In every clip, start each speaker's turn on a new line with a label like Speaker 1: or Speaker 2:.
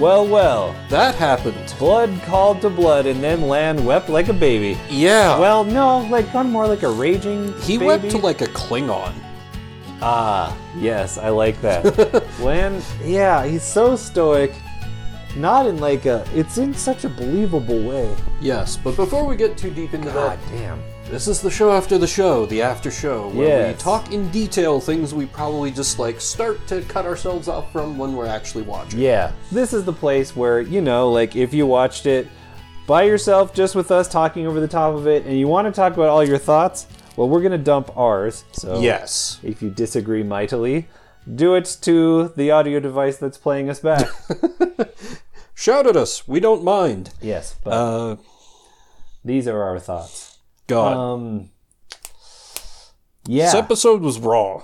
Speaker 1: Well, well,
Speaker 2: That happened.
Speaker 1: blood called to blood, and then Land wept like a baby.
Speaker 2: Yeah.
Speaker 1: Well, no, like kind of more like a raging.
Speaker 2: he
Speaker 1: baby.
Speaker 2: went to like a Klingon.
Speaker 1: Ah, yes, I like that. Lan, yeah, he's so stoic. Not in like a. It's in such a believable way.
Speaker 2: Yes, but before we get too deep into
Speaker 1: God damn.
Speaker 2: that, this is the show after the show, the after show, where we
Speaker 1: Yes.
Speaker 2: talk in detail things we probably just like start to cut ourselves off from when we're actually watching.
Speaker 1: Yeah, this is the place where, you know, like if you watched it by yourself, just with us talking over the top of it, and you want to talk about all your thoughts, well, we're going to dump ours. So,
Speaker 2: Yes.
Speaker 1: if you disagree mightily, do it to the audio device that's playing us back.
Speaker 2: Shout at us. We don't mind.
Speaker 1: yes, but
Speaker 2: Uh,
Speaker 1: these are our thoughts.
Speaker 2: God.
Speaker 1: Um, yeah,
Speaker 2: This episode was raw.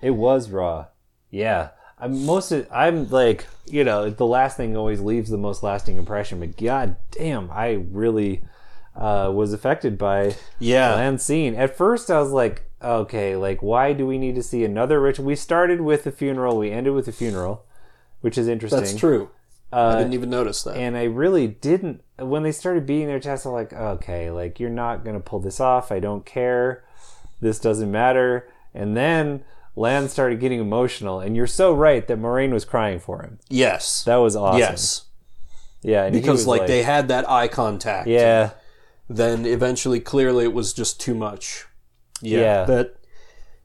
Speaker 1: it was raw. Yeah. I'm most I'm like, you know, the last thing always leaves the most lasting impression, but god damn, I really uh, was affected by
Speaker 2: Yeah.
Speaker 1: Land scene. At first, I was like, okay, like, why do we need to see another ritual? We started with the funeral, we ended with the funeral, which is interesting.
Speaker 2: That's true. I didn't even notice that.
Speaker 1: Uh, And I really didn't. When they started beating their chest, I'm like, okay, like, you're not going to pull this off. I don't care. This doesn't matter. And then Land started getting emotional. And you're so right that Moraine was crying for him.
Speaker 2: yes.
Speaker 1: That was awesome.
Speaker 2: yes.
Speaker 1: Yeah. And he
Speaker 2: Because
Speaker 1: was
Speaker 2: like, they had that eye contact.
Speaker 1: Yeah.
Speaker 2: Then eventually, clearly, it was just too much.
Speaker 1: Yeah.
Speaker 2: That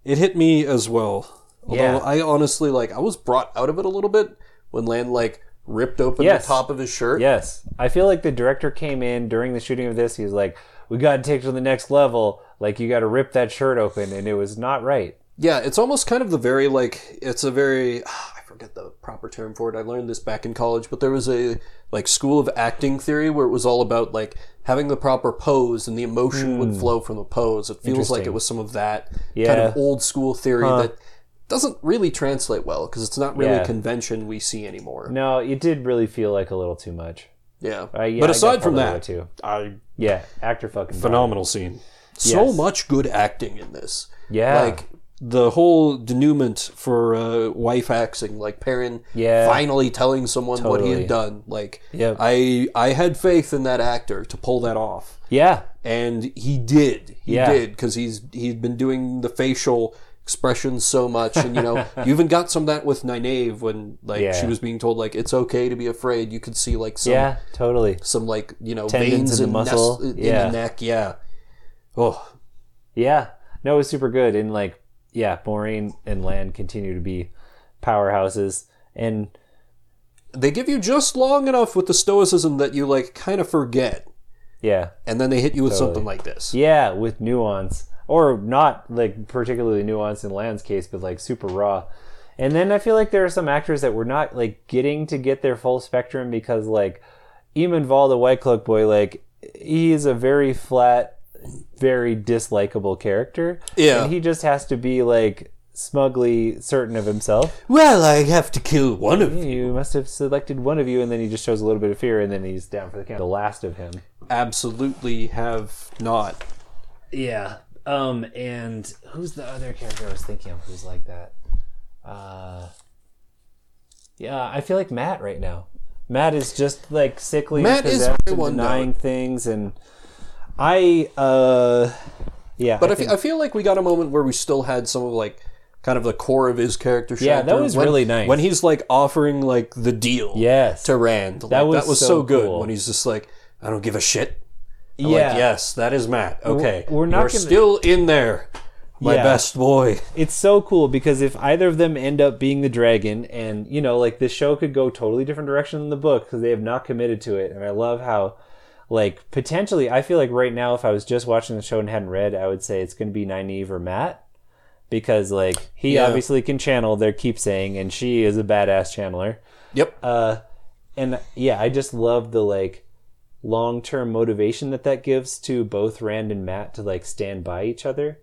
Speaker 2: it hit me as well. Although
Speaker 1: Yeah.
Speaker 2: I honestly like I was brought out of it a little bit when Land like ripped open
Speaker 1: Yes.
Speaker 2: the top of his shirt.
Speaker 1: Yes. I feel like the director came in during the shooting of this. He was like, we got to take it to the next level. Like, you got to rip that shirt open. And it was not right.
Speaker 2: Yeah, it's almost kind of the very like it's a very I forget the proper term for it. I learned this back in college, but there was a like school of acting theory where it was all about like having the proper pose and the emotion would flow from the pose. It feels like it was some of that kind
Speaker 1: Hmm. Yeah.
Speaker 2: of old school theory that doesn't really translate well because it's not really a
Speaker 1: Yeah.
Speaker 2: convention we see anymore.
Speaker 1: No, it did really feel like a little too much.
Speaker 2: Yeah.
Speaker 1: Uh, yeah, I
Speaker 2: but
Speaker 1: got
Speaker 2: aside from
Speaker 1: pulled over
Speaker 2: that,
Speaker 1: too.
Speaker 2: I
Speaker 1: Yeah. Actor fucking.
Speaker 2: phenomenal scene. So
Speaker 1: Yes.
Speaker 2: much good acting in this.
Speaker 1: Yeah.
Speaker 2: Like the whole denouement for uh, wife axing, like Perrin
Speaker 1: Yeah.
Speaker 2: finally telling someone what he
Speaker 1: Totally.
Speaker 2: had done. Like
Speaker 1: Yep.
Speaker 2: I I had faith in that actor to pull that off.
Speaker 1: Yeah.
Speaker 2: And he did. He
Speaker 1: Yeah.
Speaker 2: did because he's he'd been doing the facial expressions so much and you know you even got some of that with Nynaeve when like
Speaker 1: Yeah.
Speaker 2: she was being told like it's okay to be afraid you could see like some
Speaker 1: Yeah. Totally.
Speaker 2: some like you know veins
Speaker 1: Tendons in
Speaker 2: and
Speaker 1: the
Speaker 2: nest-
Speaker 1: muscle.
Speaker 2: in
Speaker 1: Yeah.
Speaker 2: the neck. Yeah. Oh
Speaker 1: Yeah. No, it was super good. And like, yeah, Maureen and Land continue to be powerhouses. And
Speaker 2: they give you just long enough with the stoicism that you like kind of forget
Speaker 1: yeah.
Speaker 2: and then they hit you with something like this
Speaker 1: Yeah. With nuance. Or not like particularly nuanced in Land's case, but like super raw. And then I feel like there are some actors that were not like getting to get their full spectrum because like Eamon Val, the White Cloak Boy, like he is a very flat, very dislikable character.
Speaker 2: Yeah.
Speaker 1: And he just has to be like smugly certain of himself.
Speaker 2: well i have to kill one of you
Speaker 1: You must have selected one of you, and then he just shows a little bit of fear, and then he's down for the count. The last of him.
Speaker 2: absolutely have not
Speaker 1: Yeah. Um. And who's the other character I was thinking of who's like that? Uh. Yeah, I feel like Matt right now. Matt is just like sickly, and
Speaker 2: Matt is
Speaker 1: possessed
Speaker 2: very
Speaker 1: and
Speaker 2: one
Speaker 1: denying things, and I. uh Yeah.
Speaker 2: but I
Speaker 1: I
Speaker 2: fe- I feel like we got a moment where we still had some of like kind of the core of his character
Speaker 1: Yeah, that
Speaker 2: Shankar,
Speaker 1: was
Speaker 2: when-
Speaker 1: really nice.
Speaker 2: when he's like offering like the deal
Speaker 1: yes.
Speaker 2: to rand that
Speaker 1: was
Speaker 2: that was so,
Speaker 1: so
Speaker 2: good
Speaker 1: cool.
Speaker 2: when he's just like i don't give a shit
Speaker 1: yeah.
Speaker 2: like yes that is matt okay
Speaker 1: we're not
Speaker 2: You're
Speaker 1: gonna-
Speaker 2: still in there my
Speaker 1: Yeah.
Speaker 2: best boy
Speaker 1: it's so cool because if either of them end up being the dragon and you know like the show could go totally different direction than the book because they have not committed to it and i love how like potentially i feel like right now if i was just watching the show and hadn't read i would say it's going to be Nynaeve or matt because like he
Speaker 2: Yeah.
Speaker 1: obviously can channel their keep saying and she is a badass channeler
Speaker 2: yep
Speaker 1: Uh, and yeah i just love the like long-term motivation that that gives to both rand and matt to like stand by each other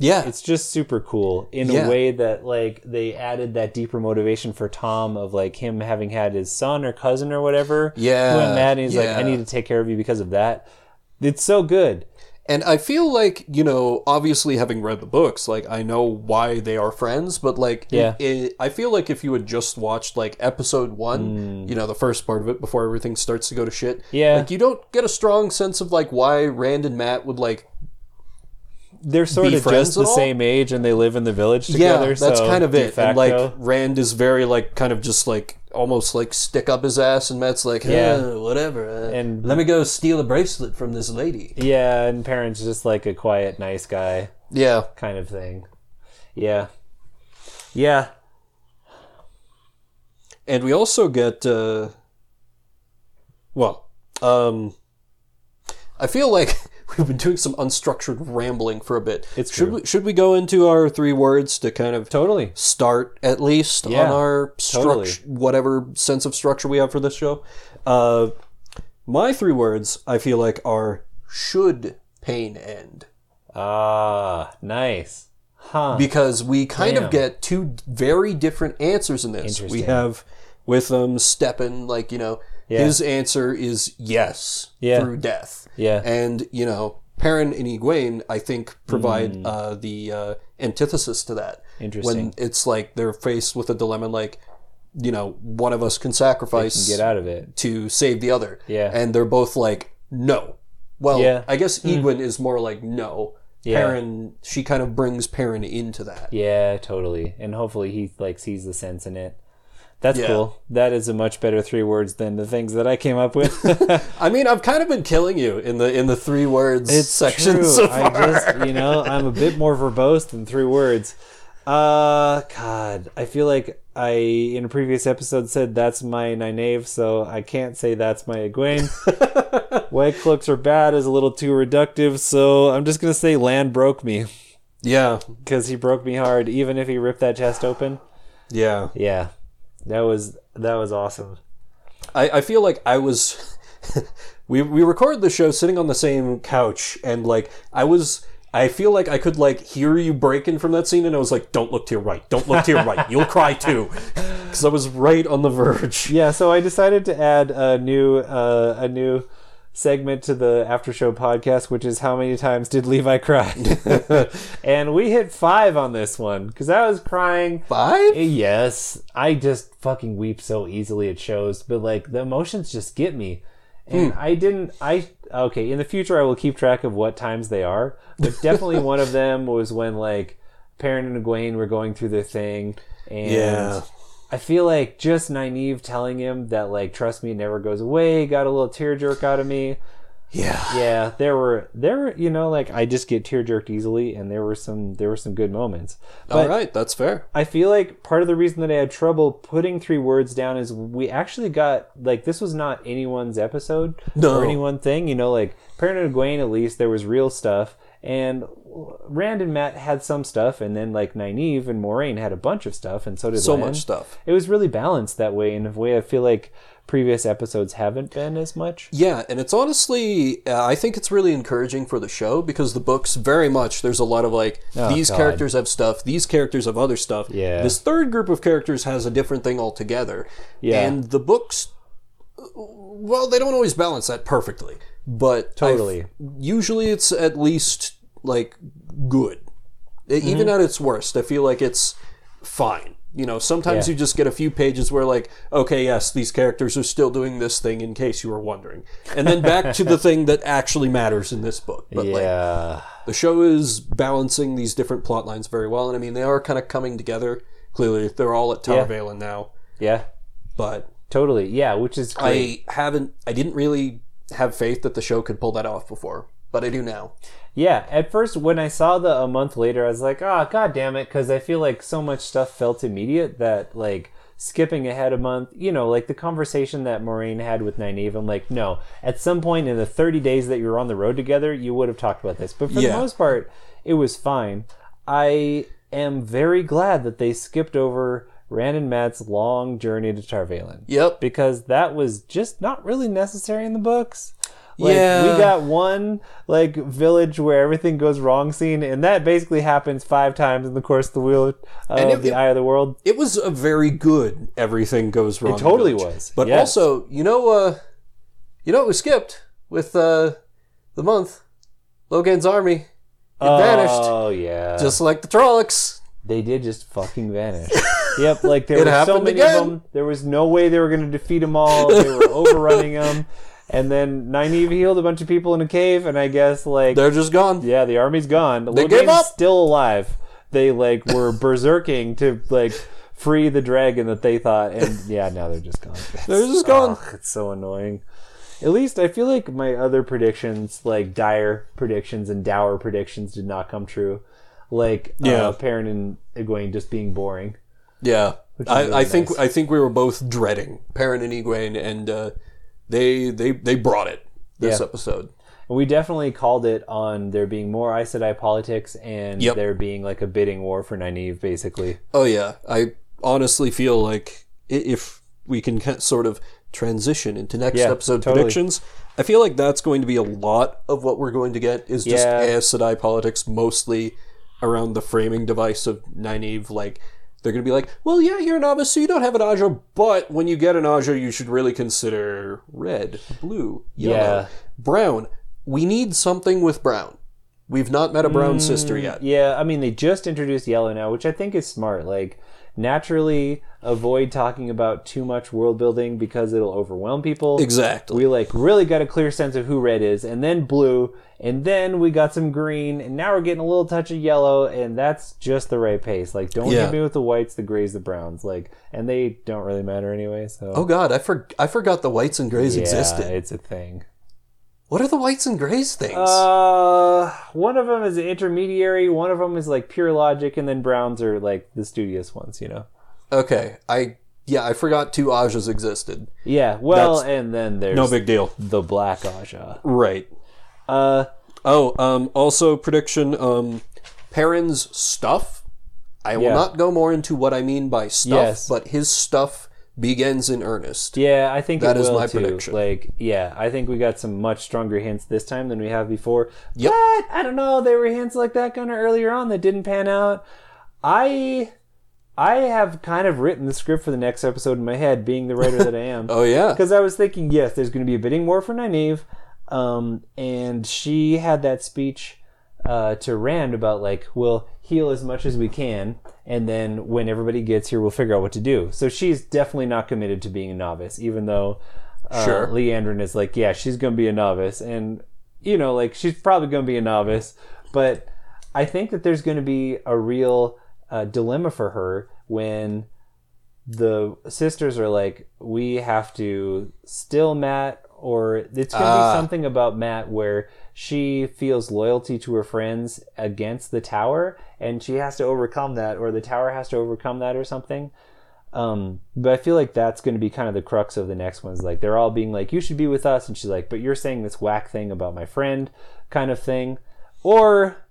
Speaker 2: yeah
Speaker 1: it's just super cool in
Speaker 2: Yeah.
Speaker 1: a way that like they added that deeper motivation for Tom of like him having had his son or cousin or whatever.
Speaker 2: Yeah,
Speaker 1: Who went mad and he's like,
Speaker 2: yeah.
Speaker 1: I need to take care of you because of that. It's so good.
Speaker 2: And I feel like, you know, obviously having read the books, like I know why they are friends, but like
Speaker 1: Yeah.
Speaker 2: it, I feel like if you had just watched like episode 1, you know, the first part of it before everything starts to go to shit,
Speaker 1: Mm. Yeah.
Speaker 2: like you don't get a strong sense of like why Rand and Matt would like
Speaker 1: They're sort
Speaker 2: Be
Speaker 1: of
Speaker 2: friends
Speaker 1: just the
Speaker 2: at all?
Speaker 1: same age and they live in the village together.
Speaker 2: Yeah, that's
Speaker 1: so
Speaker 2: kind of
Speaker 1: de
Speaker 2: it. And like
Speaker 1: facto-
Speaker 2: Rand is very like kind of just like almost like stick up his ass, and Matt's like, yeah,
Speaker 1: Yeah.
Speaker 2: whatever. uh,
Speaker 1: And-
Speaker 2: let me go steal a bracelet from this lady.
Speaker 1: yeah, and parents just like a quiet, nice guy
Speaker 2: Yeah,
Speaker 1: kind of thing. Yeah. Yeah.
Speaker 2: and we also get uh, well, um, I feel like. We've been doing some unstructured rambling for a bit.
Speaker 1: It's
Speaker 2: should
Speaker 1: true.
Speaker 2: we should we go into our three words to kind of
Speaker 1: Totally.
Speaker 2: start at least on
Speaker 1: Yeah,
Speaker 2: our structure,
Speaker 1: totally.
Speaker 2: whatever sense of structure we have for this show. Uh, my three words I feel like are should pain end
Speaker 1: Ah, nice. Huh.
Speaker 2: because we kind of
Speaker 1: Ah. Damn.
Speaker 2: get two very different answers in this. We
Speaker 1: Interesting.
Speaker 2: have with um Steppen, like you know,
Speaker 1: Yeah.
Speaker 2: his answer is yes
Speaker 1: Yeah.
Speaker 2: through death.
Speaker 1: Yeah.
Speaker 2: and you know. Perrin and Egwene, I think, provide uh, the uh, antithesis to that.
Speaker 1: Mm. Interesting.
Speaker 2: When it's like they're faced with a dilemma, like, you know, one of us can sacrifice
Speaker 1: Get out of it.
Speaker 2: to save the other.
Speaker 1: Yeah.
Speaker 2: And they're both like, no. Well,
Speaker 1: Yeah. Mm-hmm.
Speaker 2: I guess Egwene is more like, no.
Speaker 1: Yeah.
Speaker 2: Perrin, she kind of brings Perrin into that.
Speaker 1: Yeah, totally. And hopefully he like sees the sense in it. That's
Speaker 2: Yeah.
Speaker 1: cool. That is a much better three words than the things that I came up with.
Speaker 2: I mean, I've kind of been killing you in the in the three words section
Speaker 1: true.
Speaker 2: so
Speaker 1: I
Speaker 2: far.
Speaker 1: just, you know, I'm a bit more verbose than three words. Uh, God, I feel like I in a previous episode said that's my Ninave, so I can't say that's my Egwene. White cloaks are bad is a little too reductive, so I'm just gonna say Land broke me
Speaker 2: Yeah.
Speaker 1: because he broke me hard, even if he ripped that chest open.
Speaker 2: Yeah.
Speaker 1: Yeah, that was that was awesome.
Speaker 2: I, I feel like I was. we we recorded the show sitting on the same couch, and like I was. I feel like I could like hear you breaking from that scene, and I was like, "Don't look to your right. Don't look to your right. You'll cry too," because I was right on the verge.
Speaker 1: Yeah, so I decided to add a new uh, a new segment to the after show podcast, which is how many times did Levi cry? and we hit five on this one because I was crying.
Speaker 2: Five.
Speaker 1: Eh, Yes, I just fucking weep so easily at shows, but like the emotions just get me. And I didn't. I okay. In the future, I will keep track of what times they are. But definitely, one of them was when like Perrin and Egwene were going through their thing, and
Speaker 2: Yeah.
Speaker 1: I feel like just naive telling him that like trust me, it never goes away. Got a little tear jerk out of me.
Speaker 2: Yeah.
Speaker 1: Yeah, there were there were you know like I just get tear jerked easily, and there were some there were some good moments.
Speaker 2: All right. That's fair.
Speaker 1: I feel like part of the reason that I had trouble putting three words down is we actually got like this was not anyone's episode
Speaker 2: No.
Speaker 1: or any one thing. You know, like Perrin and Egwene, at least there was real stuff, and Rand and Matt had some stuff, and then like Nynaeve and Moraine had a bunch of stuff, and so did
Speaker 2: So
Speaker 1: Lan.
Speaker 2: much stuff.
Speaker 1: It was really balanced that way in a way I feel like previous episodes haven't been as much.
Speaker 2: Yeah, and it's honestly, uh, I think it's really encouraging for the show because the books very much there's a lot of like these
Speaker 1: Oh, God.
Speaker 2: characters have stuff, these characters have other stuff.
Speaker 1: Yeah.
Speaker 2: This third group of characters has a different thing altogether.
Speaker 1: Yeah.
Speaker 2: And the books, uh, well, they don't always balance that perfectly, but I f-
Speaker 1: Totally.
Speaker 2: usually it's at least like good, E- even
Speaker 1: Mm-hmm.
Speaker 2: at its worst. I feel like it's fine. You know, sometimes
Speaker 1: Yeah.
Speaker 2: you just get a few pages where, like, okay, yes, these characters are still doing this thing in case you were wondering. And then back to the thing that actually matters in this book. But, like,
Speaker 1: yeah.
Speaker 2: the show is balancing these different plot lines very well. And I mean, they are kind of coming together. Clearly, they're all at Tower
Speaker 1: Yeah.
Speaker 2: Valen now.
Speaker 1: yeah.
Speaker 2: But
Speaker 1: Totally. Yeah, which is great.
Speaker 2: I haven't, I didn't really have faith that the show could pull that off before. But I do now.
Speaker 1: Yeah, at first when I saw the a month later, I was like, ah, god damn it, because I feel like so much stuff felt immediate that like skipping ahead a month, you know, like the conversation that Maureen had with Nynaeve, I'm like, no, at some point in the 30 days that you were on the road together, you would have talked about this. But for
Speaker 2: Yeah.
Speaker 1: the most part, it was fine. I am very glad that they skipped over Rand and Matt's long journey to Tarvalen
Speaker 2: Yep.
Speaker 1: because that was just not really necessary in the books. Like
Speaker 2: Yeah.
Speaker 1: we got one like village where everything goes wrong scene, and that basically happens five times in the course of the wheel of
Speaker 2: it-
Speaker 1: the
Speaker 2: it-
Speaker 1: Eye of the World.
Speaker 2: It was a very good everything goes wrong.
Speaker 1: totally
Speaker 2: village.
Speaker 1: was,
Speaker 2: But
Speaker 1: yes.
Speaker 2: also, you know, uh, you know, what we skipped with uh, the month Logan's army. It vanished.
Speaker 1: Oh yeah.
Speaker 2: Just like the Trollocs.
Speaker 1: they did just fucking vanish. yep, like there
Speaker 2: It
Speaker 1: were so
Speaker 2: happened
Speaker 1: many
Speaker 2: again.
Speaker 1: of them. There was no way they were going to defeat them all. They were overrunning them, and then Nynaeve healed a bunch of people in a cave, and I guess like
Speaker 2: They're just gone.
Speaker 1: yeah, the army's gone. They
Speaker 2: gave up.
Speaker 1: Still alive. They like were berserking to like free the dragon that they thought, and yeah, now they're just gone.
Speaker 2: They're just gone.
Speaker 1: Ugh, it's so annoying. At least I feel like my other predictions, like dire predictions and dour predictions, did not come true. Like
Speaker 2: Yeah.
Speaker 1: uh, Perrin and Egwene just being boring.
Speaker 2: Yeah, I,
Speaker 1: really
Speaker 2: I think I think we were both dreading Perrin and Egwene, and uh, they they they brought it this
Speaker 1: Yeah.
Speaker 2: episode.
Speaker 1: And we definitely called it on there being more Aes Sedai politics and
Speaker 2: Yep.
Speaker 1: there being like a bidding war for Nynaeve, basically.
Speaker 2: Oh yeah, I honestly feel like i- if we can ca- sort of transition into next
Speaker 1: Yeah,
Speaker 2: episode
Speaker 1: totally.
Speaker 2: predictions, I feel like that's going to be a lot of what we're going to get is just
Speaker 1: Yeah.
Speaker 2: Aes Sedai politics, mostly around the framing device of Nynaeve. Like they're going to be like, well, yeah, you're an Ava, so you don't have an Aja, but when you get an Aja, you should really consider red, blue, yellow,
Speaker 1: Yeah.
Speaker 2: brown. We need something with brown. We've not met a brown
Speaker 1: Mm.
Speaker 2: sister yet.
Speaker 1: Yeah, I mean they just introduced yellow now, which I think is smart. Like naturally avoid talking about too much world building because it'll overwhelm people.
Speaker 2: Exactly.
Speaker 1: We like really got a clear sense of who red is, and then blue, and then we got some green, and now we're getting a little touch of yellow, and that's just the right pace. Like, don't
Speaker 2: Yeah.
Speaker 1: hit me with the whites, the grays, the browns, like, and they don't really matter anyway. So
Speaker 2: Oh God, I for- I forgot the whites and grays
Speaker 1: yeah,
Speaker 2: existed.
Speaker 1: it's a thing.
Speaker 2: What are the whites and grays things?
Speaker 1: Uh, one of them is an intermediary, one of them is like pure logic, and then browns are like the studious ones, you know.
Speaker 2: okay, I yeah, I forgot two Ajas existed.
Speaker 1: Yeah, well, and then there's
Speaker 2: big deal.
Speaker 1: the black Aja.
Speaker 2: Right.
Speaker 1: Uh,
Speaker 2: Oh, um, also prediction. Um, Perrin's stuff. I will
Speaker 1: Yeah.
Speaker 2: not go more into what I mean by stuff,
Speaker 1: Yes.
Speaker 2: but his stuff begins in earnest.
Speaker 1: Yeah, I think
Speaker 2: That
Speaker 1: it
Speaker 2: is
Speaker 1: will
Speaker 2: my
Speaker 1: too.
Speaker 2: prediction.
Speaker 1: Like, yeah, I think we got some much stronger hints this time than we have before. But I don't know. There were hints like that kind of earlier on that didn't pan out. I, I have kind of written the script for the next episode in my head, being the writer that I am.
Speaker 2: Oh yeah.
Speaker 1: Because I was thinking, yes, there's going to be a bidding war for Nynaeve. Um, and she had that speech uh, to Rand about, like, we'll heal as much as we can. And then when everybody gets here, we'll figure out what to do. So she's definitely not committed to being a novice, even though uh,
Speaker 2: Sure.
Speaker 1: Leandrin is like, yeah, she's going to be a novice. And, you know, like, she's probably going to be a novice. But I think that there's going to be a real uh, dilemma for her when the sisters are like, we have to still Matt, or it's going to
Speaker 2: Ah.
Speaker 1: be something about Matt where she feels loyalty to her friends against the tower, and she has to overcome that, or the tower has to overcome that, or something. Um, but I feel like that's going to be kind of the crux of the next ones. Like they're all being like, "You should be with us," and she's like, "But you're saying this whack thing about my friend," kind of thing, or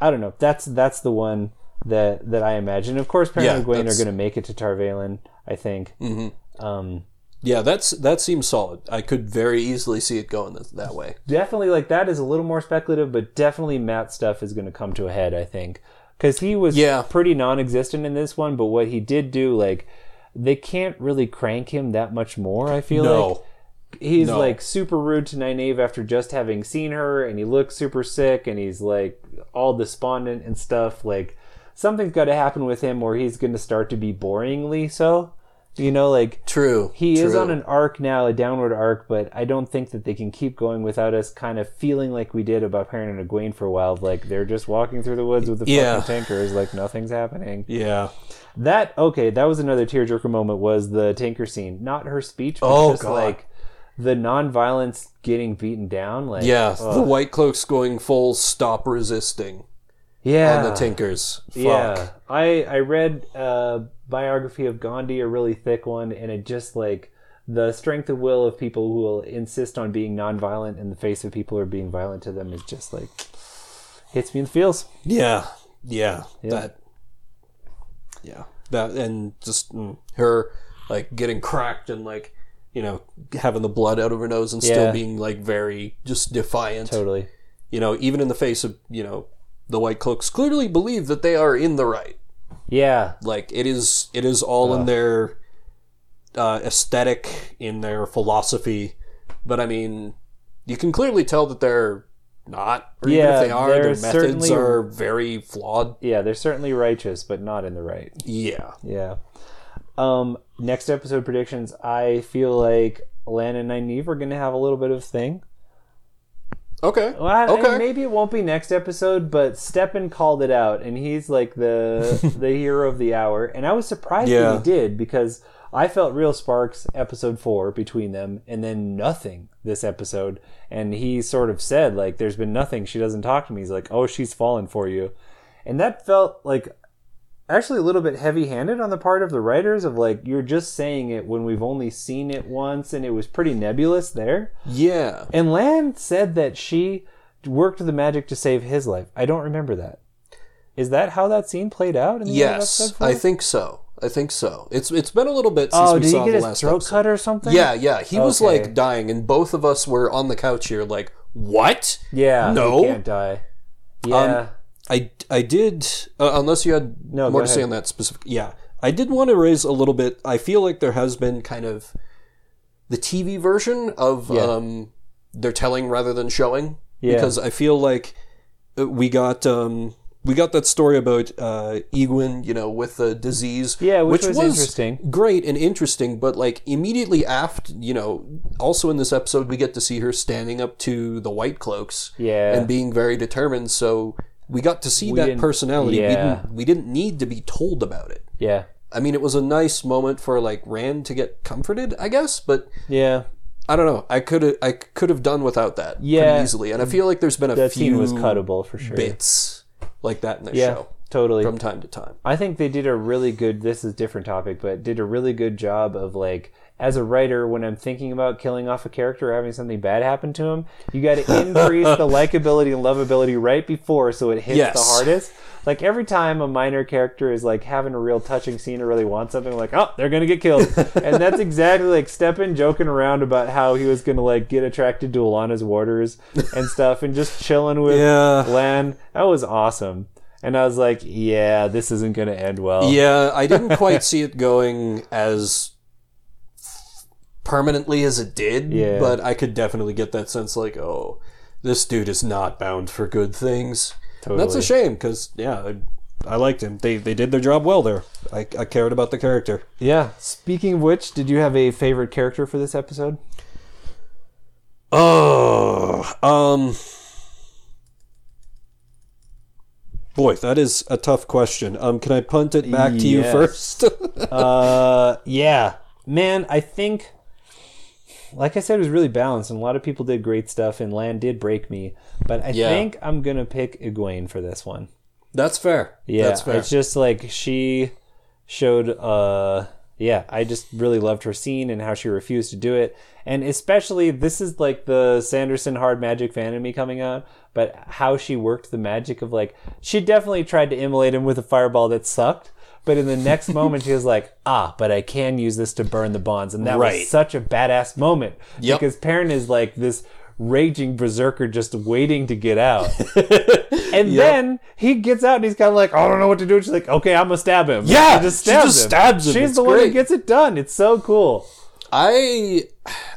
Speaker 1: I don't know. That's that's the one that that I imagine. Of course, Perrin
Speaker 2: Yeah,
Speaker 1: and Egwene
Speaker 2: that's- Hmm.
Speaker 1: are going to make it to Tarvalen. I think. Um,
Speaker 2: Yeah, that's that seems solid. I could very easily see it going th- that way.
Speaker 1: definitely like that is a little more speculative, but definitely Matt stuff is going to come to a head, I think, because he was
Speaker 2: Yeah.
Speaker 1: pretty non-existent in this one. But what he did do, like, they can't really crank him that much more. I feel like
Speaker 2: No.
Speaker 1: he's
Speaker 2: No.
Speaker 1: like super rude to Nynaeve after just having seen her, and he looks super sick, and he's like all despondent and stuff. Like something's got to happen with him, or he's going to start to be boringly so. You know, like
Speaker 2: True.
Speaker 1: he is
Speaker 2: true.
Speaker 1: on an arc now, a downward arc, but I don't think that they can keep going without us kind of feeling like we did about Perrin and Egwene for a while. Like they're just walking through the woods with the
Speaker 2: Yeah.
Speaker 1: fucking tankers, like nothing's happening.
Speaker 2: Yeah.
Speaker 1: That okay, that was another tearjerker moment was the tanker scene. Not her speech, but
Speaker 2: Oh,
Speaker 1: just
Speaker 2: God.
Speaker 1: like the nonviolence getting beaten down. Like
Speaker 2: Yeah. The
Speaker 1: ugh.
Speaker 2: white cloaks going full stop resisting.
Speaker 1: yeah.
Speaker 2: on the Tinkers. Fuck.
Speaker 1: Yeah, I I read a biography of Gandhi, a really thick one, and it just like the strength of will of people who will insist on being nonviolent in the face of people who are being violent to them is just like hits me in the feels.
Speaker 2: Yeah. Yeah. That. Yeah. That and just mm, her like getting cracked and like you know having the blood out of her nose and still
Speaker 1: Yeah.
Speaker 2: being like very just defiant.
Speaker 1: Totally.
Speaker 2: You know, even in the face of you know the White Cloaks clearly believe that they are in the right.
Speaker 1: Yeah.
Speaker 2: Like it is. It is all in their uh, aesthetic, in their philosophy. But I mean, you can clearly tell that they're not. Or even
Speaker 1: Yeah,
Speaker 2: if they are, their
Speaker 1: they're
Speaker 2: methods
Speaker 1: certainly-
Speaker 2: are very flawed.
Speaker 1: Yeah, they're certainly righteous, but not in the right.
Speaker 2: Yeah.
Speaker 1: Yeah. Um, next episode predictions. I feel like Lan and Nynaeve are going to have a little bit of thing.
Speaker 2: Okay.
Speaker 1: Well, I-
Speaker 2: Okay.
Speaker 1: maybe it won't be next episode, but Stepan called it out, and he's like the the hero of the hour. And I was surprised
Speaker 2: Yeah.
Speaker 1: that he did because I felt real sparks episode four between them, and then nothing this episode. And he sort of said like, "There's been nothing. She doesn't talk to me." He's like, "Oh, she's fallen for you," and that felt like actually a little bit heavy-handed on the part of the writers of like you're just saying it when we've only seen it once and it was pretty nebulous there
Speaker 2: Yeah.
Speaker 1: and Lan said that she worked the magic to save his life. I don't remember that. Is that how that scene played out? In the end
Speaker 2: Yes,
Speaker 1: of episode four?
Speaker 2: I think so. I think so. It's it's been a little bit since
Speaker 1: Oh,
Speaker 2: we
Speaker 1: did
Speaker 2: saw
Speaker 1: he get
Speaker 2: the
Speaker 1: his
Speaker 2: last
Speaker 1: throat
Speaker 2: episode.
Speaker 1: cut or something?
Speaker 2: Yeah, yeah. He was
Speaker 1: Okay.
Speaker 2: like dying, and both of us were on the couch here, like, what?
Speaker 1: yeah.
Speaker 2: No. Um,
Speaker 1: he can't die. Yeah,
Speaker 2: I I did. Uh, unless you had
Speaker 1: No,
Speaker 2: more
Speaker 1: go
Speaker 2: to say
Speaker 1: ahead.
Speaker 2: on that specific. Yeah, I did want to raise a little bit. I feel like there has been kind of the TV version of
Speaker 1: Yeah.
Speaker 2: um, they're telling rather than showing.
Speaker 1: Yeah.
Speaker 2: Because I feel like uh, we got um, we got that story about uh, Egwin, you know, with the disease.
Speaker 1: Yeah, which was interesting.
Speaker 2: great and interesting. But like immediately after, you know, also in this episode, we get to see her standing up to the White Cloaks
Speaker 1: yeah.
Speaker 2: and being very determined. So we got to see that
Speaker 1: didn't-
Speaker 2: personality. We,
Speaker 1: yeah.
Speaker 2: didn't, we didn't need to be told about it.
Speaker 1: yeah,
Speaker 2: I mean, it was a nice moment for like Rand to get comforted, I guess. But
Speaker 1: yeah,
Speaker 2: I don't know. I could I could have done without that
Speaker 1: Yeah.
Speaker 2: pretty easily. And I feel like there's been a
Speaker 1: That
Speaker 2: few
Speaker 1: scene was cuttable for sure.
Speaker 2: bits like that in the
Speaker 1: yeah,
Speaker 2: show
Speaker 1: totally.
Speaker 2: from time to time.
Speaker 1: I think they did a really good this is a different topic, but did a really good job of like as a writer when I'm thinking about killing off a character or having something bad happen to him, you got to increase the likability and lovability right before so it hits the
Speaker 2: Yes.
Speaker 1: hardest. Like every time a minor character is like having a real touching scene or really wants something, like oh they're gonna get killed, and that's exactly like Stepan joking around about how he was gonna like get attracted to Alana's warders and stuff, and just chilling with
Speaker 2: Yeah.
Speaker 1: Lan. That was awesome. And I was like, yeah, this isn't going to end well.
Speaker 2: Yeah, I didn't quite see it going as permanently as it did,
Speaker 1: Yeah.
Speaker 2: but I could definitely get that sense like, oh, this dude is not bound for good things. And That's a
Speaker 1: Totally.
Speaker 2: shame because yeah, I, I liked him. They they did their job well there. I, I cared about the character.
Speaker 1: Yeah. Speaking of which, did you have a favorite character for this episode?
Speaker 2: Oh, um, boy, that is a tough question. Um, can I punt it back to you
Speaker 1: Yes.
Speaker 2: first?
Speaker 1: Uh, yeah. Man, I think, like I said, it was really balanced, and a lot of people did great stuff, and Land did break me. But I
Speaker 2: Yeah.
Speaker 1: think I'm going to pick Egwene for this one.
Speaker 2: That's fair.
Speaker 1: Yeah.
Speaker 2: That's fair.
Speaker 1: It's just like she showed, uh, yeah, I just really loved her scene and how she refused to do it. And especially, this is like the Sanderson hard magic fan in me coming out, but how she worked the magic of like, she definitely tried to immolate him with a fireball that sucked. But in the next moment, she was like, ah, but I can use this to burn the bonds. And that
Speaker 2: Right.
Speaker 1: was such a badass moment.
Speaker 2: Yep.
Speaker 1: Because Perrin is like this raging berserker just waiting to get out. And then he gets out and he's kind of like, I don't know what to do. And she's like, okay, I'm gonna stab him.
Speaker 2: Yeah,
Speaker 1: she just
Speaker 2: she
Speaker 1: stabs
Speaker 2: just
Speaker 1: him.
Speaker 2: stabs him.
Speaker 1: She's
Speaker 2: It's
Speaker 1: the one who
Speaker 2: great.
Speaker 1: gets it done. It's so cool.
Speaker 2: I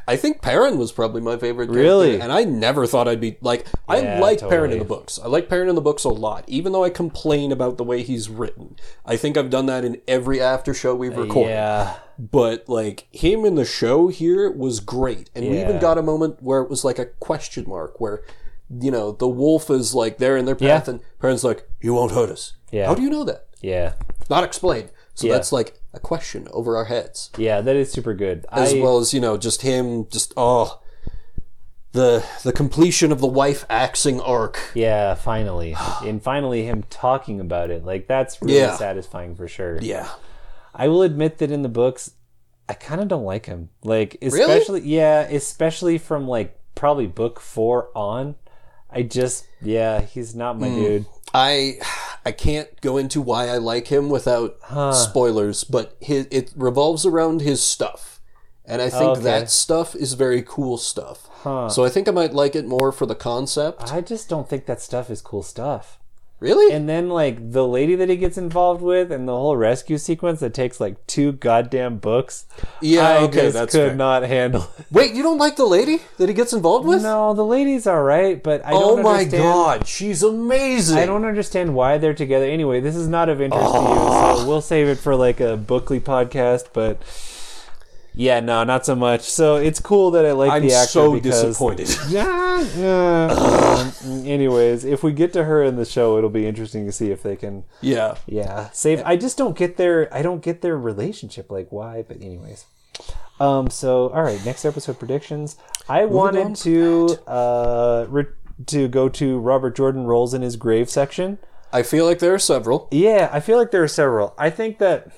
Speaker 2: I think Perrin was probably my favorite character,
Speaker 1: Really?
Speaker 2: and I never thought I'd be like I
Speaker 1: Yeah,
Speaker 2: like Perrin in
Speaker 1: totally.
Speaker 2: the books. I like Perrin in the books a lot, even though I complain about the way he's written. I think I've done that in every after show we've recorded.
Speaker 1: Uh, Yeah,
Speaker 2: But like him in the show here was great, and we even
Speaker 1: Yeah.
Speaker 2: got a moment where it was like a question mark where. You know, the wolf is like there in their path,
Speaker 1: Yeah.
Speaker 2: and Perrin's like, "You won't hurt us."
Speaker 1: Yeah.
Speaker 2: How do you know that?
Speaker 1: yeah,
Speaker 2: Not explained. So
Speaker 1: Yeah.
Speaker 2: that's like a question over our heads
Speaker 1: yeah. That is super good.
Speaker 2: as
Speaker 1: I,
Speaker 2: well as you know just him just oh the the completion of the wife axing arc
Speaker 1: Yeah, finally, and finally him talking about it. Like that's really
Speaker 2: Yeah.
Speaker 1: satisfying for sure.
Speaker 2: yeah
Speaker 1: I will admit that in the books, I kind of don't like him. Like especially, yeah, especially from like probably book four on. I just, yeah, he's not
Speaker 2: Hmm.
Speaker 1: my dude.
Speaker 2: i i can't go into why i like him without spoilers but his, it revolves around his stuff and i think
Speaker 1: Okay.
Speaker 2: that stuff is very cool stuff so i think i might like it more for the concept
Speaker 1: I just don't think that stuff is cool stuff.
Speaker 2: Really?
Speaker 1: And then like the lady that he gets involved with and the whole rescue sequence that takes like two goddamn books.
Speaker 2: yeah.
Speaker 1: I
Speaker 2: okay,
Speaker 1: just
Speaker 2: that's
Speaker 1: could
Speaker 2: fair.
Speaker 1: not handle it.
Speaker 2: Wait, you don't like the lady that he gets involved with?
Speaker 1: No, the lady's all right, but I
Speaker 2: Oh
Speaker 1: don't
Speaker 2: my
Speaker 1: understand.
Speaker 2: god, she's amazing.
Speaker 1: I don't understand why they're together. Anyway, this is not of interest
Speaker 2: Ah.
Speaker 1: to you, so we'll save it for like a bookly podcast. But yeah, no, not so much. So it's cool that I like
Speaker 2: I'm
Speaker 1: the actor
Speaker 2: so
Speaker 1: because.
Speaker 2: disappointed.
Speaker 1: Yeah, yeah. Um, anyways, if we get to her in the show, it'll be interesting to see if they can.
Speaker 2: yeah.
Speaker 1: Yeah, save. I just don't get their. I don't get their relationship. Like why? But anyways. Um. So all right. Next episode predictions. I
Speaker 2: on
Speaker 1: wanted
Speaker 2: from
Speaker 1: to uh re- to go to Robert Jordan rolls in his grave section.
Speaker 2: I feel like there are several.
Speaker 1: Yeah, I feel like there are several. I think that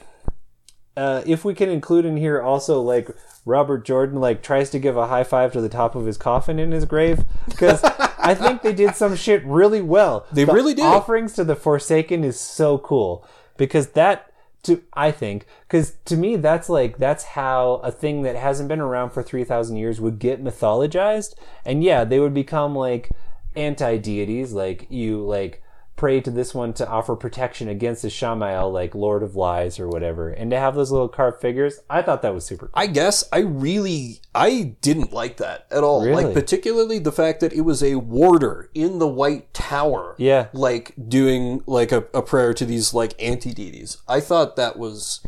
Speaker 1: uh, if we can include in here also like Robert Jordan like tries to give a high five to the top of his coffin in his grave because I think they did some shit really well.
Speaker 2: They
Speaker 1: The
Speaker 2: really did.
Speaker 1: Offerings to the Forsaken is so cool because that to I think because to me that's like that's how a thing that hasn't been around for three thousand years would get mythologized and yeah they would become like anti deities like you like pray to this one to offer protection against the Shamael, like Lord of Lies or whatever, and to have those little carved figures, I thought that was super cool.
Speaker 2: I guess I really I didn't like that at all. Like
Speaker 1: Really?
Speaker 2: particularly the fact that it was a warder in the White Tower.
Speaker 1: Yeah.
Speaker 2: Like doing like a, a prayer to these like anti deities. I thought that was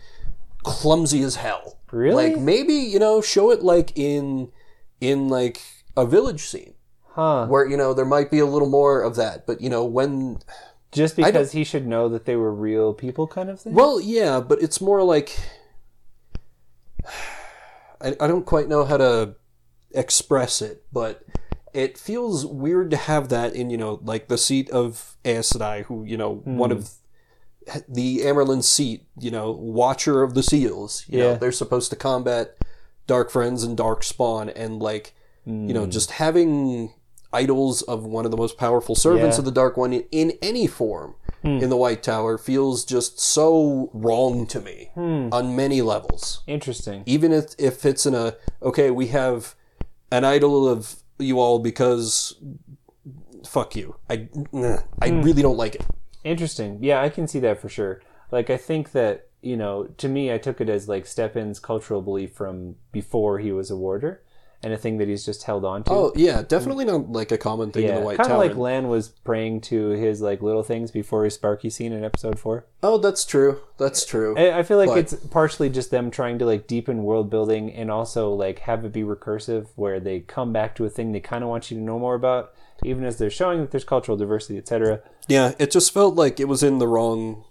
Speaker 2: clumsy as hell.
Speaker 1: Really?
Speaker 2: Like maybe, you know, show it like in in like a village scene.
Speaker 1: Huh.
Speaker 2: Where, you know, there might be a little more of that. But you know, when
Speaker 1: Just because he should know that they were real people kind of thing?
Speaker 2: Well, yeah, but it's more like I, I don't quite know how to express it, but it feels weird to have that in you know like the seat of Aes Sedai, who you know one of the Amerlin seat, you know, Watcher of the Seals. You know,
Speaker 1: Yeah.
Speaker 2: they're supposed to combat Dark Friends and Dark Spawn, and like you
Speaker 1: Hmm.
Speaker 2: know, just having idols of one of the most powerful servants
Speaker 1: Yeah. Hmm.
Speaker 2: of the Dark One in, in any form in the White Tower feels just so wrong to me on many levels.
Speaker 1: Hmm. Interesting.
Speaker 2: Even if, if it's in a, okay, we have an idol of you all because fuck you. I, I
Speaker 1: Hmm.
Speaker 2: really don't like it.
Speaker 1: Interesting. Yeah, I can see that for sure. Like, I think that, you know, to me, I took it as like Stepin's cultural belief from before he was a warder and a thing that he's just held on to.
Speaker 2: Oh, yeah, definitely not like a common thing in the
Speaker 1: Hmm. yeah.
Speaker 2: White
Speaker 1: Kind of
Speaker 2: Tower.
Speaker 1: like Lan was praying to his like little things before his Sparky scene in episode four.
Speaker 2: oh, that's true. That's true.
Speaker 1: I, I feel like
Speaker 2: But-
Speaker 1: it's partially just them trying to like deepen world building and also like have it be recursive where they come back to a thing they kind of want you to know more about, even as they're showing that there's cultural diversity, etc.
Speaker 2: Yeah, it just felt like it was in the wrong,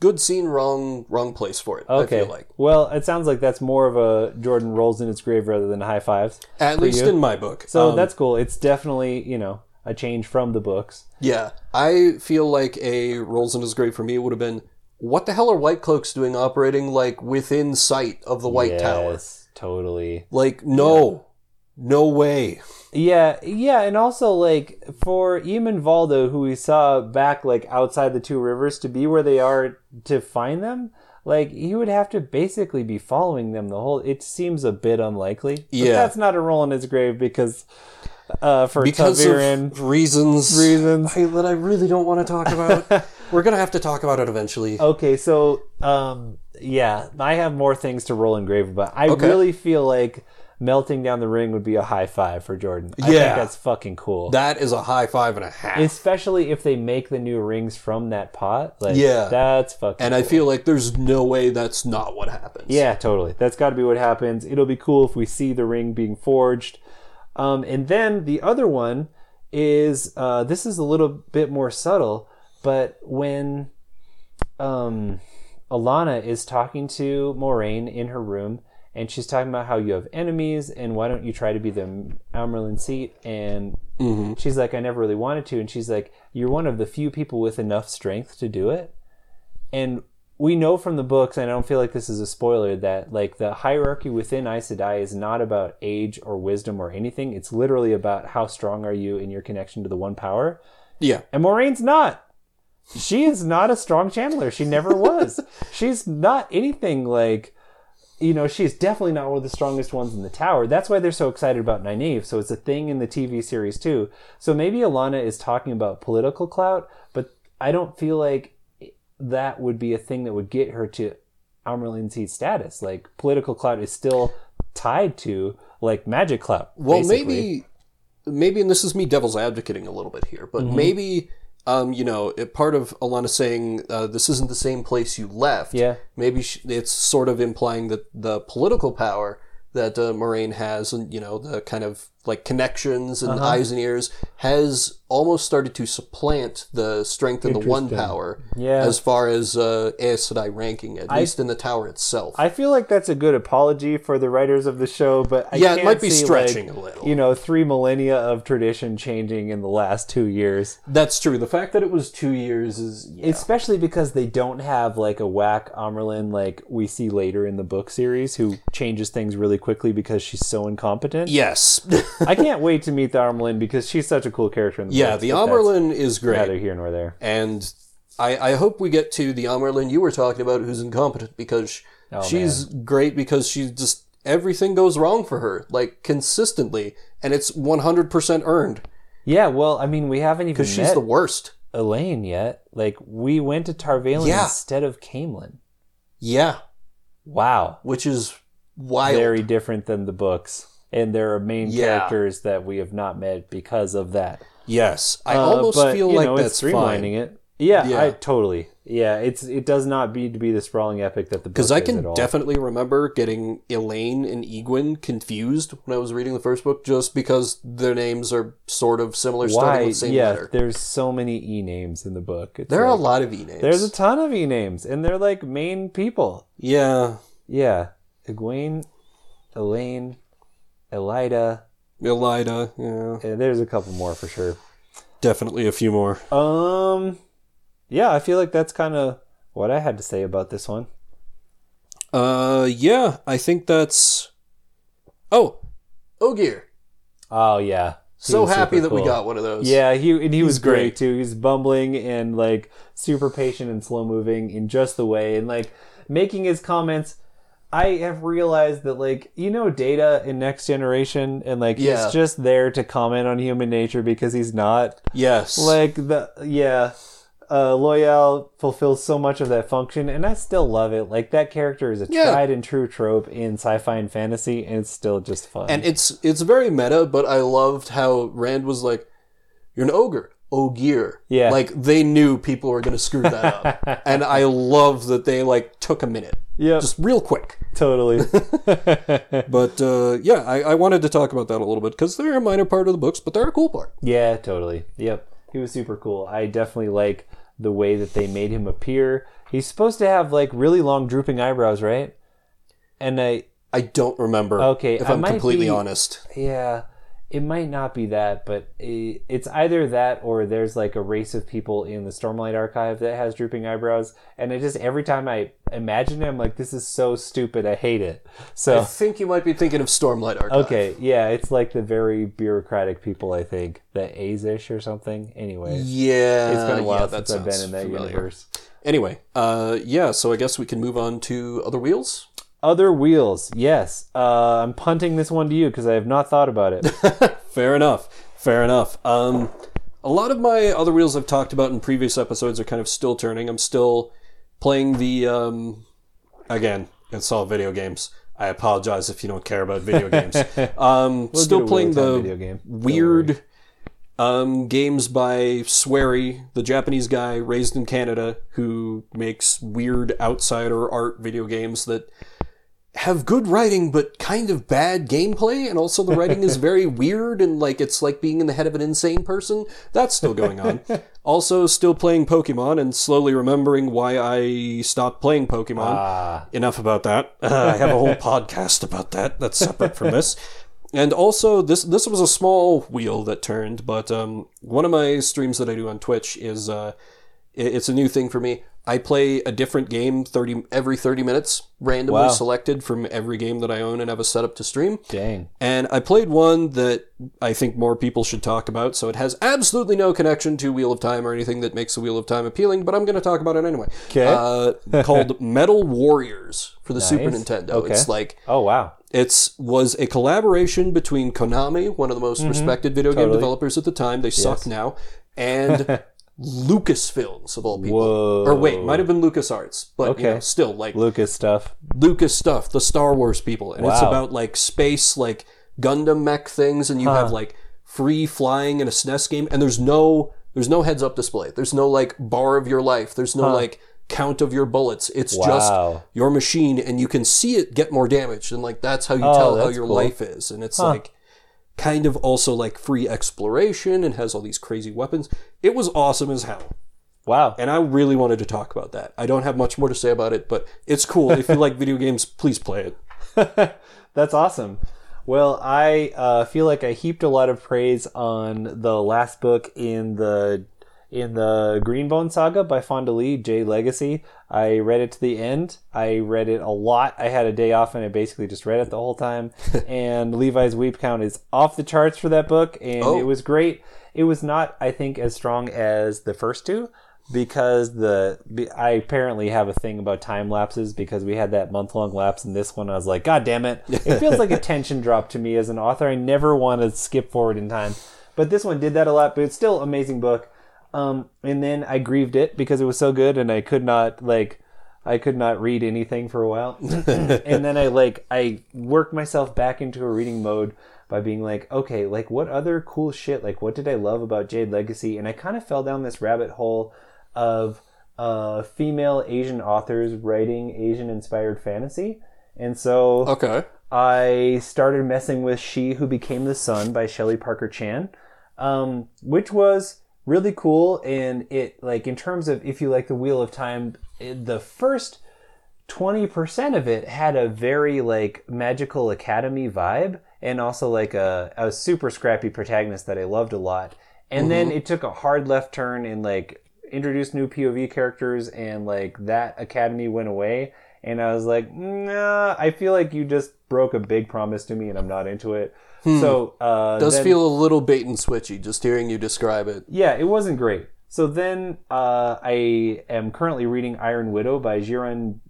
Speaker 2: good scene, wrong, wrong place for it. I
Speaker 1: Okay.
Speaker 2: feel like
Speaker 1: Well, it sounds like that's more of a Jordan rolls in its grave rather than high fives.
Speaker 2: at least
Speaker 1: you?
Speaker 2: in my book.
Speaker 1: So
Speaker 2: Um,
Speaker 1: that's cool. It's definitely you know a change from the books.
Speaker 2: yeah, I feel like a rolls in his grave for me would have been what the hell are White Cloaks doing operating like within sight of the White Tower?
Speaker 1: Yes, totally.
Speaker 2: Like no, no way.
Speaker 1: Yeah, yeah, and also like for Eamon Valdo, who we saw back like outside the two rivers, to be where they are to find them, like he would have to basically be following them the whole. It seems a bit unlikely. But
Speaker 2: Yeah.
Speaker 1: that's not a roll in his grave because, uh, for
Speaker 2: Because
Speaker 1: Taviran
Speaker 2: of reasons,
Speaker 1: reasons.
Speaker 2: I, that I really don't want to talk about. We're gonna have to talk about it eventually.
Speaker 1: Okay, so um, yeah, I have more things to roll in grave about. I
Speaker 2: Okay.
Speaker 1: really feel like melting down the ring would be a high five for Jordan. I think
Speaker 2: Yeah.
Speaker 1: that's fucking cool.
Speaker 2: That is a high five and a half.
Speaker 1: especially if they make the new rings from that pot. Like,
Speaker 2: Yeah.
Speaker 1: that's fucking.
Speaker 2: and I feel like there's no way that's not what happens.
Speaker 1: yeah, totally. That's got to be what happens. It'll be cool if we see the ring being forged. Um, and then the other one is uh, this is a little bit more subtle, but when um, Alana is talking to Moraine in her room, and she's talking about how you have enemies, and why don't you try to be the Amerlin seat? And she's like, I never really wanted to. And she's like, You're one of the few people with enough strength to do it. And we know from the books, and I don't feel like this is a spoiler, that like the hierarchy within Aes Sedai is not about age or wisdom or anything. It's literally about how strong are you in your connection to the one power.
Speaker 2: yeah.
Speaker 1: And Moraine's not. She is not a strong channeler. She never was. she's not anything like, you know, she's definitely not one of the strongest ones in the tower. That's why they're so excited about Nynaeve. So it's a thing in the TV series too. So maybe Alana is talking about political clout, but I don't feel like that would be a thing that would get her to Amarylline Seed status. Like political clout is still tied to like magic clout.
Speaker 2: Well,
Speaker 1: basically.
Speaker 2: maybe, maybe, and this is me devil's advocating a little bit here, but maybe, um, you know, it, part of Alana saying uh, this isn't the same place you left.
Speaker 1: Yeah.
Speaker 2: Maybe sh it's sort of implying that the political power that uh, Moraine has, and you know, the kind of like connections and eyes and ears, has almost started to supplant the strength and the one power.
Speaker 1: Yeah.
Speaker 2: As far as uh, Aes Sedai ranking, at least in the tower itself.
Speaker 1: I feel like that's a good apology for the writers of the show, but I
Speaker 2: Yeah, it
Speaker 1: can't
Speaker 2: might be
Speaker 1: see,
Speaker 2: stretching
Speaker 1: like,
Speaker 2: a little.
Speaker 1: You know, three millennia of tradition changing in the last two years,
Speaker 2: That's true. The fact that it was two years is
Speaker 1: especially because they don't have like a whack Amerlin like we see later in the book series, who changes things really quickly because she's so incompetent.
Speaker 2: yes.
Speaker 1: I can't wait to meet the Amerlin because she's such a cool character in the
Speaker 2: Yeah,
Speaker 1: books,
Speaker 2: the
Speaker 1: but that's
Speaker 2: Amerlin is
Speaker 1: neither
Speaker 2: great,
Speaker 1: here nor there.
Speaker 2: and I, I hope we get to the Amerlin you were talking about, who's incompetent because sh-
Speaker 1: Oh,
Speaker 2: she's great because she just everything goes wrong for her like consistently, and it's one hundred percent earned.
Speaker 1: Yeah, well, I mean, we haven't even
Speaker 2: She's
Speaker 1: met
Speaker 2: the worst.
Speaker 1: Elaine yet. Like, we went to Tarvalen
Speaker 2: Yeah.
Speaker 1: instead of Camelin.
Speaker 2: Yeah,
Speaker 1: Wow.
Speaker 2: which is wild.
Speaker 1: very different than the books. And there are main
Speaker 2: Yeah.
Speaker 1: characters that we have not met because of that.
Speaker 2: yes, I
Speaker 1: Uh,
Speaker 2: almost
Speaker 1: but,
Speaker 2: feel
Speaker 1: you
Speaker 2: like
Speaker 1: know,
Speaker 2: that's
Speaker 1: it's streamlining
Speaker 2: fine
Speaker 1: it. Yeah,
Speaker 2: Yeah.
Speaker 1: I totally. Yeah, it's it does not need to be the sprawling epic that the book
Speaker 2: because I
Speaker 1: is at
Speaker 2: can
Speaker 1: all.
Speaker 2: definitely remember getting Elaine and Egwin confused when I was reading the first book, just because their names are sort of similar, starting
Speaker 1: why.
Speaker 2: with the same
Speaker 1: yeah,
Speaker 2: letter.
Speaker 1: there's so many e names in the book. It's
Speaker 2: There are a
Speaker 1: like-
Speaker 2: lot of E names.
Speaker 1: There's a ton of e names, and they're like main people.
Speaker 2: yeah.
Speaker 1: Yeah, Egwene, Elaine, Elida.
Speaker 2: Elida, yeah.
Speaker 1: And there's a couple more for sure.
Speaker 2: Definitely a few more.
Speaker 1: Um, yeah, I feel like that's kind of what I had to say about this one.
Speaker 2: Uh yeah, I think that's Oh. Ogier.
Speaker 1: Oh yeah, He
Speaker 2: So
Speaker 1: was
Speaker 2: happy
Speaker 1: super
Speaker 2: that we
Speaker 1: cool.
Speaker 2: got one of those.
Speaker 1: Yeah, he and he was great.
Speaker 2: great.
Speaker 1: too. He's bumbling and like super patient and slow moving in just the way, and like making his comments. I have realized that like you know Data in Next Generation, and like
Speaker 2: Yeah.
Speaker 1: he's just there to comment on human nature because he's not
Speaker 2: Yes.
Speaker 1: like the yeah uh loyal fulfills so much of that function and i still love it like that character is a
Speaker 2: Yeah.
Speaker 1: tried and true trope in sci-fi and fantasy and it's still just fun
Speaker 2: and it's it's very meta, but I loved how Rand was like, You're an ogre. Ogier.
Speaker 1: Yeah.
Speaker 2: Like they knew people were gonna screw that up. and I love that they like took a minute.
Speaker 1: yep
Speaker 2: Just real quick.
Speaker 1: totally
Speaker 2: But uh, yeah, I, I wanted to talk about that a little bit because they're a minor part of the books, but they're a cool part.
Speaker 1: yeah totally yep he was super cool i definitely like the way that they made him appear he's supposed to have like really long drooping eyebrows right and i
Speaker 2: I don't remember.
Speaker 1: Okay,
Speaker 2: if
Speaker 1: I
Speaker 2: I'm
Speaker 1: might
Speaker 2: completely
Speaker 1: be-
Speaker 2: honest.
Speaker 1: Yeah, it might not be that, but i it's either that or there's like a race of people in the Stormlight Archive that has drooping eyebrows, and I just every time I imagine it, I'm like, this is so stupid. I hate it.
Speaker 2: I
Speaker 1: So
Speaker 2: think you might be thinking of Stormlight Archive.
Speaker 1: okay, yeah, it's like the very bureaucratic people. I think that Azish or something. Anyway,
Speaker 2: Yeah,
Speaker 1: it's been a while
Speaker 2: yeah, that
Speaker 1: since I've been
Speaker 2: sounds
Speaker 1: in that
Speaker 2: familiar.
Speaker 1: universe.
Speaker 2: Anyway, uh, yeah, so I guess we can move on to other wheels.
Speaker 1: Other wheels, yes. Uh, I'm punting this one to you because I have not thought about it.
Speaker 2: Fair enough. Fair enough. Um, a lot of my other wheels I've talked about in previous episodes are kind of still turning. I'm still playing the. Um, again, it's all video games. I apologize if you don't care about video games. Um,
Speaker 1: do
Speaker 2: still
Speaker 1: a
Speaker 2: playing
Speaker 1: real-time
Speaker 2: the
Speaker 1: video game. Don't
Speaker 2: weird um, games by Swery, the Japanese guy raised in Canada who makes weird outsider art video games that have good writing but kind of bad gameplay and also the writing is very weird and like it's like being in the head of an insane person that's still going on also still playing pokemon and slowly remembering why i stopped playing pokemon enough about that i have a whole podcast about that that's separate from this and also this this was a small wheel that turned but um, one of my streams that i do on twitch is uh, it- it's a new thing for me. I play a different game 30 every 30 minutes, randomly
Speaker 1: Wow.
Speaker 2: selected from every game that I own and have a setup to stream.
Speaker 1: Dang.
Speaker 2: And I played one that I think more people should talk about, so it has absolutely no connection to Wheel of Time or anything that makes the Wheel of Time appealing, but I'm going to talk about it anyway.
Speaker 1: 'Kay.
Speaker 2: Uh, called Metal Warriors for the Super
Speaker 1: Nice.
Speaker 2: Nintendo.
Speaker 1: Okay.
Speaker 2: It's like
Speaker 1: Oh wow.
Speaker 2: it's was a collaboration
Speaker 1: Mm-hmm.
Speaker 2: between Konami, one of the most respected video game developers at the time. They suck now, and Lucasfilms of all people.
Speaker 1: Whoa.
Speaker 2: Or wait, might have been LucasArts, but you
Speaker 1: Okay.
Speaker 2: know, still like
Speaker 1: Lucas stuff.
Speaker 2: Lucas stuff, the Star Wars people, and it's
Speaker 1: Wow.
Speaker 2: about like space, like Gundam mech things, and you have like free flying in a SNES game, and there's no there's no heads up display, there's no like bar of your life, there's no like count of your bullets. It's just
Speaker 1: Wow.
Speaker 2: your machine, and you can see it get more damaged, and like that's how you
Speaker 1: Oh,
Speaker 2: tell how
Speaker 1: that's
Speaker 2: your
Speaker 1: cool.
Speaker 2: life is, and it's like kind of also like free exploration, and has all these crazy weapons. It was awesome as hell
Speaker 1: Wow.
Speaker 2: and I really wanted to talk about that. I don't have much more to say about it, but it's cool. if you like video games, please play it.
Speaker 1: That's awesome. Well, I uh, feel like I heaped a lot of praise on the last book in the in the Greenbone Saga by Fonda Lee, J Legacy. I read it to the end. I read it a lot. I had a day off and I basically just read it the whole time. and Levi's weep count is off the charts for that book, and
Speaker 2: Oh.
Speaker 1: it was great. It was not, I think, as strong as the first two because the be- I apparently have a thing about time lapses because we had that month long lapse in this one. I was like, God damn it! It feels like a tension drop to me as an author. I never want to skip forward in time, but this one did that a lot. But it's still amazing book. Um, and then I grieved it because it was so good, and I could not like I could not read anything for a while. and then I like I worked myself back into a reading mode by being like, okay, like what other cool shit? Like what did I love about Jade Legacy? And I kind of fell down this rabbit hole of uh, female Asian authors writing Asian inspired fantasy. And so
Speaker 2: Okay.
Speaker 1: I started messing with She Who Became the Sun by Shelley Parker Chan, um, which was really cool. And it, like, in terms of if you like The Wheel of Time, it, the first 20% of it had a very, like, magical academy vibe and also, like, a, a super scrappy protagonist that I loved a lot. And then
Speaker 2: Mm-hmm.
Speaker 1: it took a hard left turn and, like, introduced new POV characters and, like, that academy went away and I was like, nah, I feel like you just broke a big promise to me, and I'm not into it. So uh,
Speaker 2: Hmm. Does
Speaker 1: then-
Speaker 2: feel a little bait and switchy just hearing you describe it.
Speaker 1: yeah, it wasn't great. So then uh, I am currently reading Iron Widow by Jiren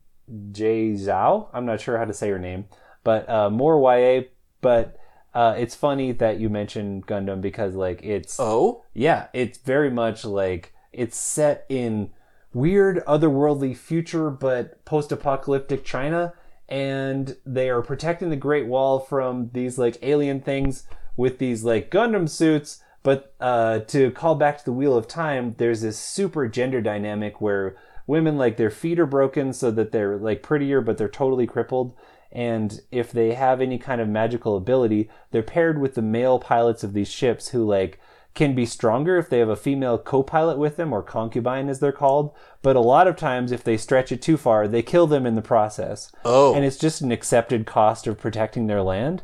Speaker 1: J. Zhao. I'm not sure how to say her name, but uh, more YA. But uh, it's funny that you mentioned Gundam because like it's
Speaker 2: Oh?
Speaker 1: yeah, it's very much like it's set in weird otherworldly future but post-apocalyptic China and they are protecting the Great Wall from these like alien things with these like Gundam suits but uh, to call back to the wheel of time there's this super gender dynamic where women like their feet are broken so that they're like prettier but they're totally crippled and if they have any kind of magical ability they're paired with the male pilots of these ships who like can be stronger if they have a female co-pilot with them or concubine as they're called but a lot of times if they stretch it too far they kill them in the process
Speaker 2: Oh.
Speaker 1: and it's just an accepted cost of protecting their land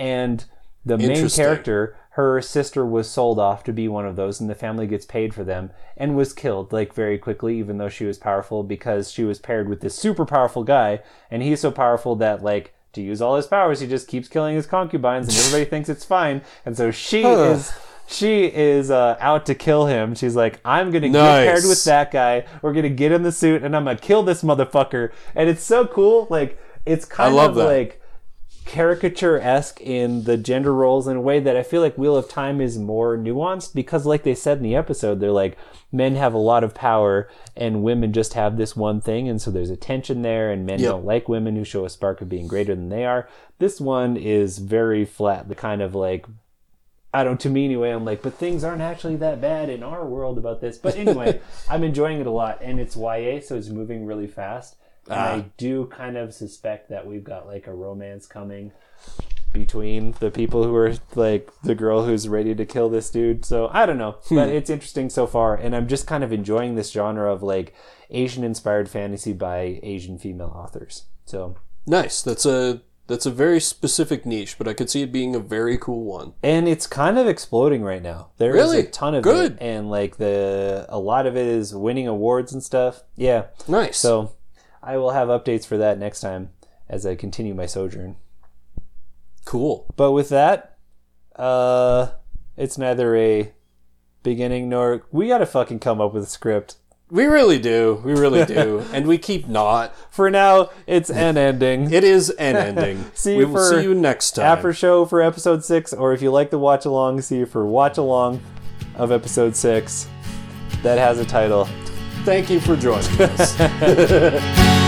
Speaker 1: and the main
Speaker 2: Interesting.
Speaker 1: character her sister was sold off to be one of those and the family gets paid for them and was killed like very quickly even though she was powerful because she was paired with this super powerful guy and he's so powerful that like to use all his powers he just keeps killing his concubines and everybody thinks it's fine and so she is she is uh, out to kill him she's like i'm gonna
Speaker 2: Nice.
Speaker 1: get paired with that guy we're gonna get in the suit and i'm gonna kill this motherfucker and it's so cool like it's kind
Speaker 2: love
Speaker 1: of
Speaker 2: that.
Speaker 1: like caricature esque in the gender roles in a way that I feel like Wheel of Time is more nuanced because, like they said in the episode, they're like men have a lot of power and women just have this one thing, and so there's a tension there, and men don't like women who show a spark of being greater than they are. This one is very flat, the kind of like. I don't, to me anyway, I'm like, but things aren't actually that bad in our world about this. But anyway, I'm enjoying it a lot, and it's YA, so it's moving really fast. And I do kind of suspect that we've got like a romance coming between the people who are like the girl who's ready to kill this dude. So I don't know, but it's interesting so far, and I'm just kind of enjoying this genre of like Asian inspired fantasy by Asian female authors. So
Speaker 2: Nice. That's a that's a very specific niche, but I could see it being a very cool one.
Speaker 1: and it's kind of exploding right now. There is
Speaker 2: Really?
Speaker 1: a ton of
Speaker 2: Good.
Speaker 1: it, and like the a lot of it is winning awards and stuff. Yeah,
Speaker 2: Nice.
Speaker 1: so I will have updates for that next time as I continue my sojourn.
Speaker 2: cool.
Speaker 1: But with that, uh, it's neither a beginning nor we gotta fucking come up with a script.
Speaker 2: We really do. We really do. and we keep not.
Speaker 1: For now, it's an ending.
Speaker 2: It is an ending.
Speaker 1: See
Speaker 2: we
Speaker 1: you
Speaker 2: will
Speaker 1: for
Speaker 2: see you next time.
Speaker 1: After show for episode six, or if you like the watch along, see you for watch along of episode six. that has a title.
Speaker 2: Thank you for joining us.